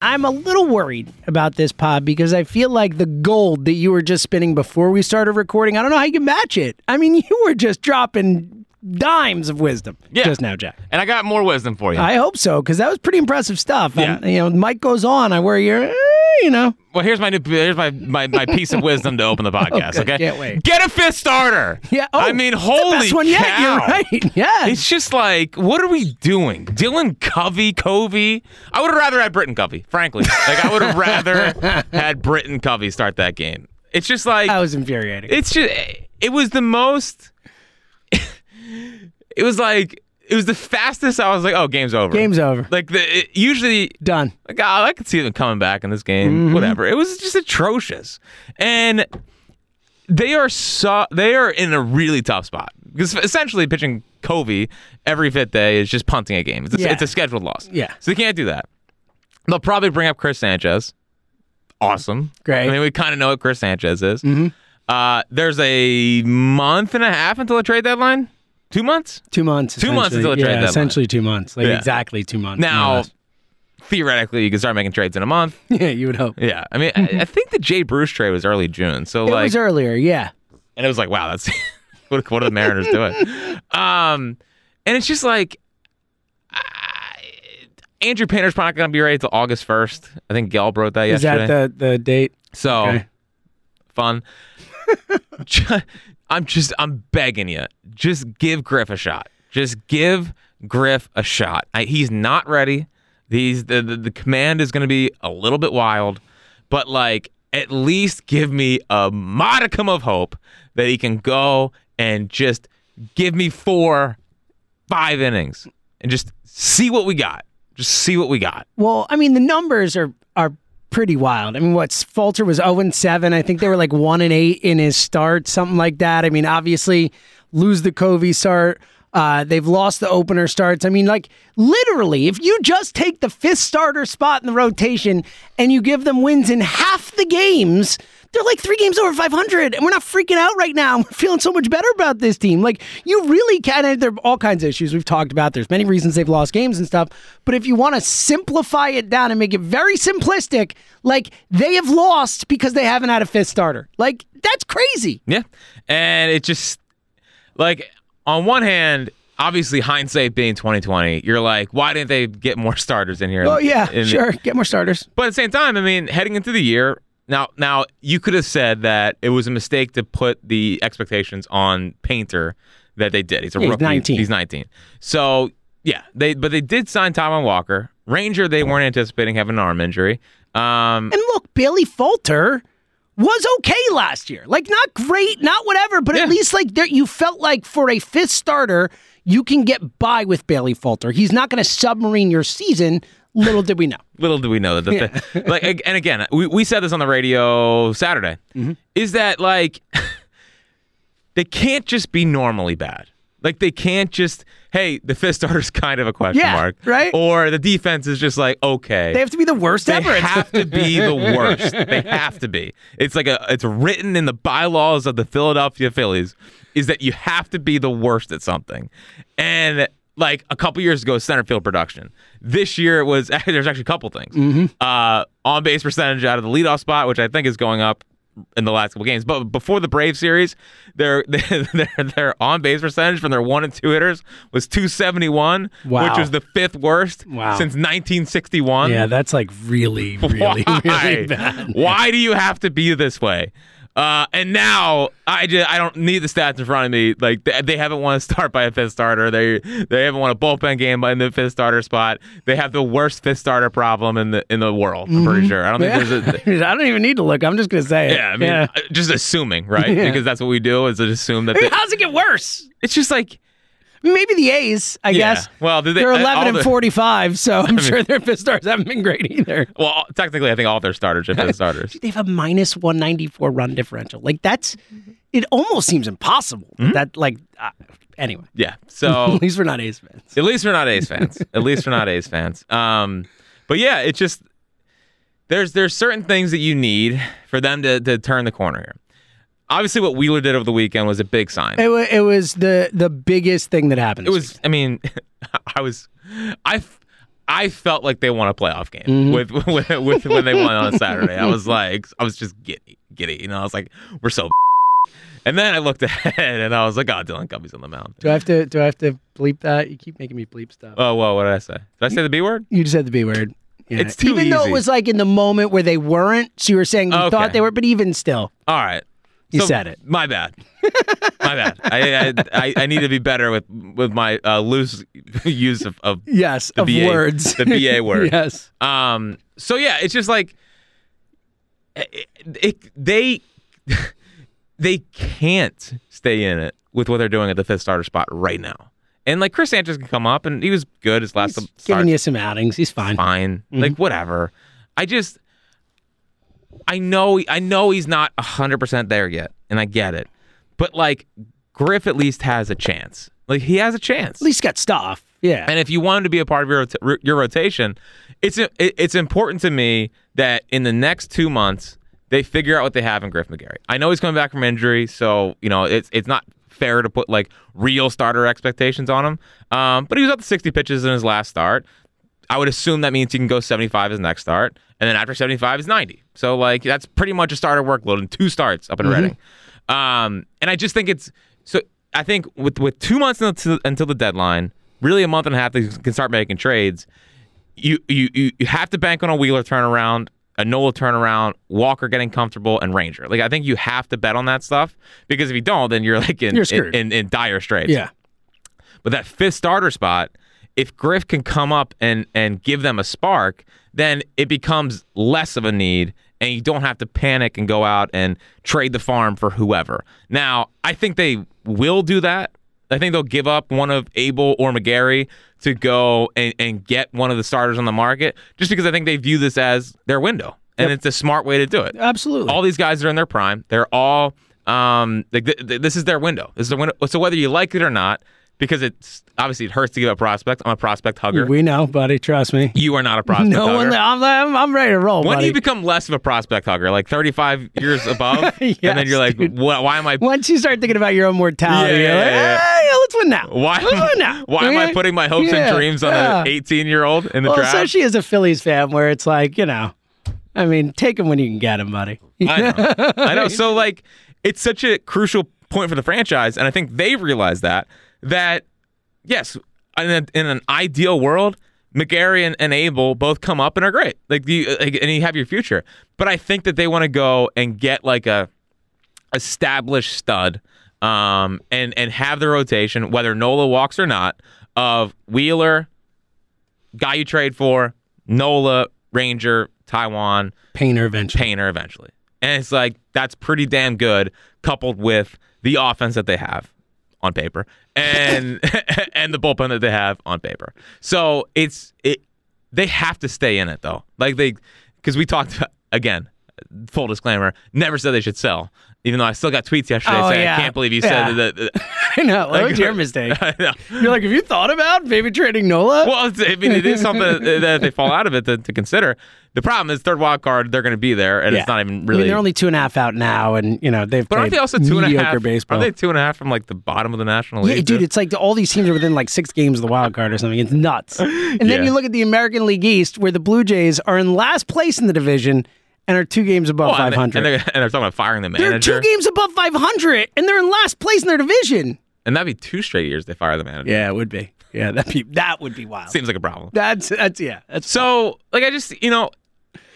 I'm a little worried about this pod because I feel like the gold that you were just spinning before we started recording, I don't know how you can match it. I mean, you were just dropping dimes of wisdom Yeah. just now, Jack. And I got more wisdom for you. I hope so because that was pretty impressive stuff. Yeah. And, you know, Mike goes on. I worry you're, eh, you know, well, here's my new, here's my, my, my piece of wisdom to open the podcast. good. okay, Can't wait. Get a fifth starter. yeah. Oh, I mean, it's holy the best one cow! yet. You're right. Yeah. It's just like, what are we doing? Dylan Covey, Covey. I would have rather had Britton Covey, frankly. Like, I would have rather had Britton Covey start that game. It's just like, that was infuriating. it's just, it was the most, it was like, it was the fastest I was like, oh, game's over. Game's over. Like, the, it, usually Done. like, ah, I could see them coming back in this game. Mm-hmm. Whatever. It was just atrocious, and they are so they are in a really tough spot because essentially pitching Covey every fifth day is just punting a game. It's a, Yeah. it's a scheduled loss. Yeah. so they can't do that. They'll probably bring up Chris Sanchez. Awesome. Great. Mm-hmm. I mean, we kind of know what Chris Sanchez is. Uh, there's a month and a half until the trade deadline. Two months. Two months. Two months essentially. until the trade yeah, deadline. Essentially two months. Like Yeah. exactly two months. more or Now, less. theoretically, you can start making trades in a month. yeah, you would hope. Yeah, I mean, I, I think the Jay Bruce trade was early June, so Mm-hmm. It like, was earlier. Yeah. and it was like, wow, that's what, what are the Mariners doing? Um, and it's just like I, Andrew Painter's probably not gonna be ready till August first. I think Gelb wrote that Is yesterday. that the, the date? so okay. fun. Ju- I'm just, I'm begging you, just give Griff a shot. Just give Griff a shot. I, he's not ready. He's the, the the command is going to be a little bit wild, but like at least give me a modicum of hope that he can go and just give me four, five innings and just see what we got. Just see what we got. Well, I mean, the numbers are are pretty wild. I mean, what's Falter was 0 and 7. I think they were like 1 and 8 in his start, something like that. I mean, obviously, lose the Covey start. Uh, they've lost the opener starts. I mean, like literally, if you just take the fifth starter spot in the rotation and you give them wins in half the games, they're like three games over 500, and we're not freaking out right now. We're feeling so much better about this team. Like, you really can. And there are all kinds of issues we've talked about. There's many reasons they've lost games and stuff. But if you want to simplify it down and make it very simplistic, like, they have lost because they haven't had a fifth starter. Like, that's crazy. Yeah. And it just like on one hand, obviously hindsight being 2020, you're like, why didn't they get more starters in here? Oh, yeah, In- sure. Get more starters. But at the same time, I mean, heading into the year, now now you could have said that it was a mistake to put the expectations on Painter that they did. He's a Yeah, he's rookie. 19. He's 19. So yeah, they but they did sign Tywin Walker. Ranger, they weren't anticipating having an arm injury. Um, And look, Bailey Falter was okay last year. Like not great, not whatever, but Yeah. at least like there you felt like for a fifth starter, you can get by with Bailey Falter. He's not going to submarine your season. Little did we know. little do we know that the thi- like ag- and again we, we said this on the radio saturday Mm-hmm. is that like they can't just be normally bad like they can't just hey the fifth starter's kind of a question Yeah, mark right? or the defense is just like okay They have to be the worst They ever. It's- have to be the worst they have to be it's like a it's written in the bylaws of the philadelphia phillies is that you have to be the worst at something and like a couple years ago center field production this year it was there's actually a couple things Mm-hmm. uh, on base percentage out of the leadoff spot which i think is going up in the last couple games but before the brave series their their, their on base percentage from their one and two hitters was 271 Wow. which was the fifth worst Wow. since 1961 yeah, that's like really, really, really bad. why do you have to be this way? Uh, and now I just I don't need the stats in front of me. Like they, they haven't won a start by a fifth starter. They they haven't won a bullpen game by in the fifth starter spot. They have the worst fifth starter problem in the in the world. I'm Mm-hmm. pretty sure. I don't Yeah. think there's a. I don't even need to look. I'm just going to say it. Yeah, I mean, uh, just assuming, right? Yeah. Because that's what we do is just assume that I mean, they, how does it get worse? it's just like Maybe the A's, I Yeah. guess. Well, do they- are uh, 11 all and the- 45, so I'm sure their fifth stars haven't been great either. well, technically, I think all their starters are fifth starters. they have a minus 194 run differential. Like that's, it almost seems impossible. Mm-hmm. That like, uh, anyway, Yeah, so at least we're not A's fans. At least we're not A's fans. At least we're not A's fans. Um, but yeah, it's just there's there's certain things that you need for them to to turn the corner here. Obviously, what Wheeler did over the weekend was a big sign. It, wa it was the the biggest thing that happened. It was. I mean, I was. I. f- I felt like they won a playoff game with, with with when they won on Saturday. I was like, I was just giddy, giddy, you know. I was like, we're so. And then I looked ahead and I was like, oh, Dylan Covey's on the mound. Do I have to? Do I have to bleep that? You keep making me bleep stuff. Oh, whoa, what did I say? Did I say the B word? You just had the B word. Yeah. It's too even though it easy. was like in the moment where they weren't, so you were saying you Okay. thought they were, but even still, All right. You said it. My bad. my bad. I, I I I need to be better with with my uh, loose use of, of yes, the of BA words, The BA word. yes, Um. So yeah, it's just like it, it- they they can't stay in it with what they're doing at the fifth starter spot right now. And like Chris Sanchez can come up, and he was good his last He's start. giving you some outings. He's fine. fine. Like whatever. I just I know I know he's not 100% there yet, and I get it. But like Griff at least has a chance. Like he has a chance. At least got stuff. Yeah, And if you want him to be a part of your rota- your rotation, it's it- it's important to me that in the next two months they figure out what they have in Griff McGarry. I know he's coming back from injury, so you know it's it's not fair to put like real starter expectations on him. Um, but he was up to 60 pitches in his last start. I would assume that means he can go 75 his next start, and then after 75 is 90. So like that's pretty much a starter workload in two starts up in Mm-hmm. Reading. Um, and I just think it's so. I think with with two months until, until the deadline, really a month and a half, they can start making trades. You you you you have to bank on a Wheeler turnaround, a Nola turnaround, Walker getting comfortable, and Ranger. Like I think you have to bet on that stuff because if you don't, then you're like in You're in, screwed. in, in dire straits. yeah. But that fifth starter spot, if Griff can come up and and give them a spark, then it becomes less of a need and you don't have to panic and go out and trade the farm for whoever. Now, I think they will do that. I think they'll give up one of Abel or McGarry to go and, and get one of the starters on the market just because I think they view this as their window. And it's a smart way to do it. Absolutely. All these guys are in their prime. They're all um like th- th- this is their window. This is their window. So whether you like it or not, because it's obviously it hurts to give up prospects. I'm a prospect hugger. we know, buddy. Trust me. you are not a prospect No hugger. one. I'm, I'm, I'm ready to roll, when do buddy. you become less of a prospect hugger? Like 35 years above, and then Yes, you're like, why, why am I? Once you start thinking about your own mortality, Yeah, you're yeah, like, yeah, yeah. "Hey, yeah, let's win now. Why, Let's win now. why am I Okay? putting my hopes Yeah, and dreams on yeah. an 18 year old in the Well, draft? especially as a Phillies fan, where it's like, you know, I mean, take him when you can get him, buddy. I know. I know. So like, it's such a crucial point for the franchise, and I think they realize that. That yes, in, a, in an ideal world, McGarry and, and Abel both come up and are great. Like you, uh, like, and you have your future. But I think that they want to go and get like a established stud um, and and have the rotation, whether Nola walks or not, of Wheeler, guy you trade for, Nola, Ranger, Taiwan, Painter eventually. Painter eventually. And it's like that's pretty damn good coupled with the offense that they have on paper and and the bullpen that they have on paper. So it's it they have to stay in it though. Like they cuz we talked again full disclaimer never said they should sell even though I still got tweets yesterday Oh, saying yeah. I can't believe you Yeah. said that, that, I know. That was your mistake. I know. You're like, have you thought about maybe trading Nola? Well, it's- I mean, it is something that if they fall out of it to, to consider. The problem is third wild card, they're going to be there, and Yeah. it's not even I really. mean, they're only two and a half out now, and you know they've But played aren't they also two and a mediocre half? baseball. Are they two and a half from like the bottom of the National yeah, League? dude, it's like all these teams are within like six games of the wild card or something. It's nuts. And then Yeah. you look at the American League East, where the Blue Jays are in last place in the division and are two games above Oh, and, five they- and hundred. they're, and they're talking about firing the They're two manager, games above five hundred, and they're in last place in their division. and that'd be two straight years they fire the manager. Yeah, it would be. Yeah, that be that would be wild. Seems like a problem. That's that's yeah. That's So, like, I just you know,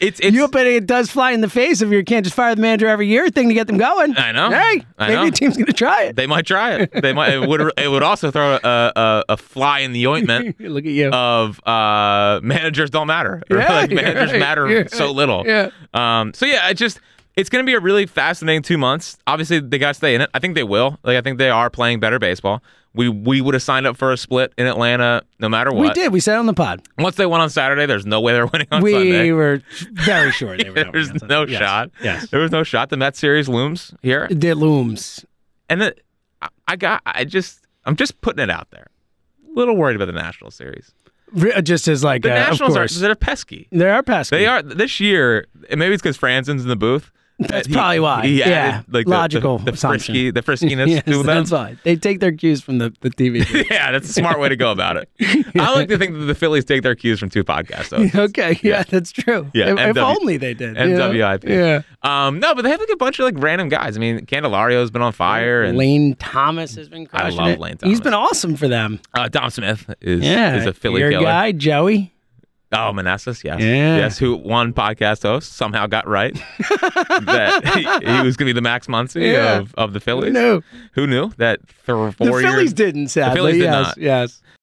it's it's. you, but it does fly in the face of your can't just fire the manager every year thing to get them going. I know. Hey, I maybe know. your team's gonna try it. they might try it. They might. It would. It would also throw a, a, a fly in the ointment look at you. of uh, managers don't matter. Or, Yeah, like you're managers right, matter you're so right, little. yeah. Um. So yeah, I just it's gonna be a really fascinating two months. Obviously, they gotta stay in it. I think they will. Like I think they are playing better baseball. We we would have signed up for a split in Atlanta no matter what. we did. We said it on the pod. Once they won on Saturday, there's no way they're winning on we Sunday. were very sure they were. There's going on no Sunday. Yes. shot. Yes. There was no shot. The Mets series looms here. The looms. And then I- I got I just I'm just putting it out there. A little worried about the National series. Re- Just as like The uh, Nationals of are course. they're pesky. they are pesky. They are this year. and Maybe it's because Franson's in the booth. That's he- probably why. he added, yeah, like the- the- logical the, assumption. frisky, the friskiness Yes, to them. that's why they take their cues from the, the TV. Yeah, that's a smart way to go about it. I like to think that the Phillies take their cues from two podcasts. Though. okay, yeah, that's true. Yeah, if, if MW only they did. you know? MWIP. Um, no, but they have like a bunch of like random guys. I mean, Candelario's been on fire, Yeah, and Lane Thomas has been crushing love it. Lane He's Thomas. been awesome for them. uh, Dom Smith is Yeah, is a Philly your killer. guy Joey. Oh, Manassas, yes, Yeah. yes, who one podcast host somehow got right that he, he was going to be the Max Muncy Yeah. of, of the Phillies. No, Who knew that th- four the years? Phillies didn't. Sadly, Phillies did yes, not. yes.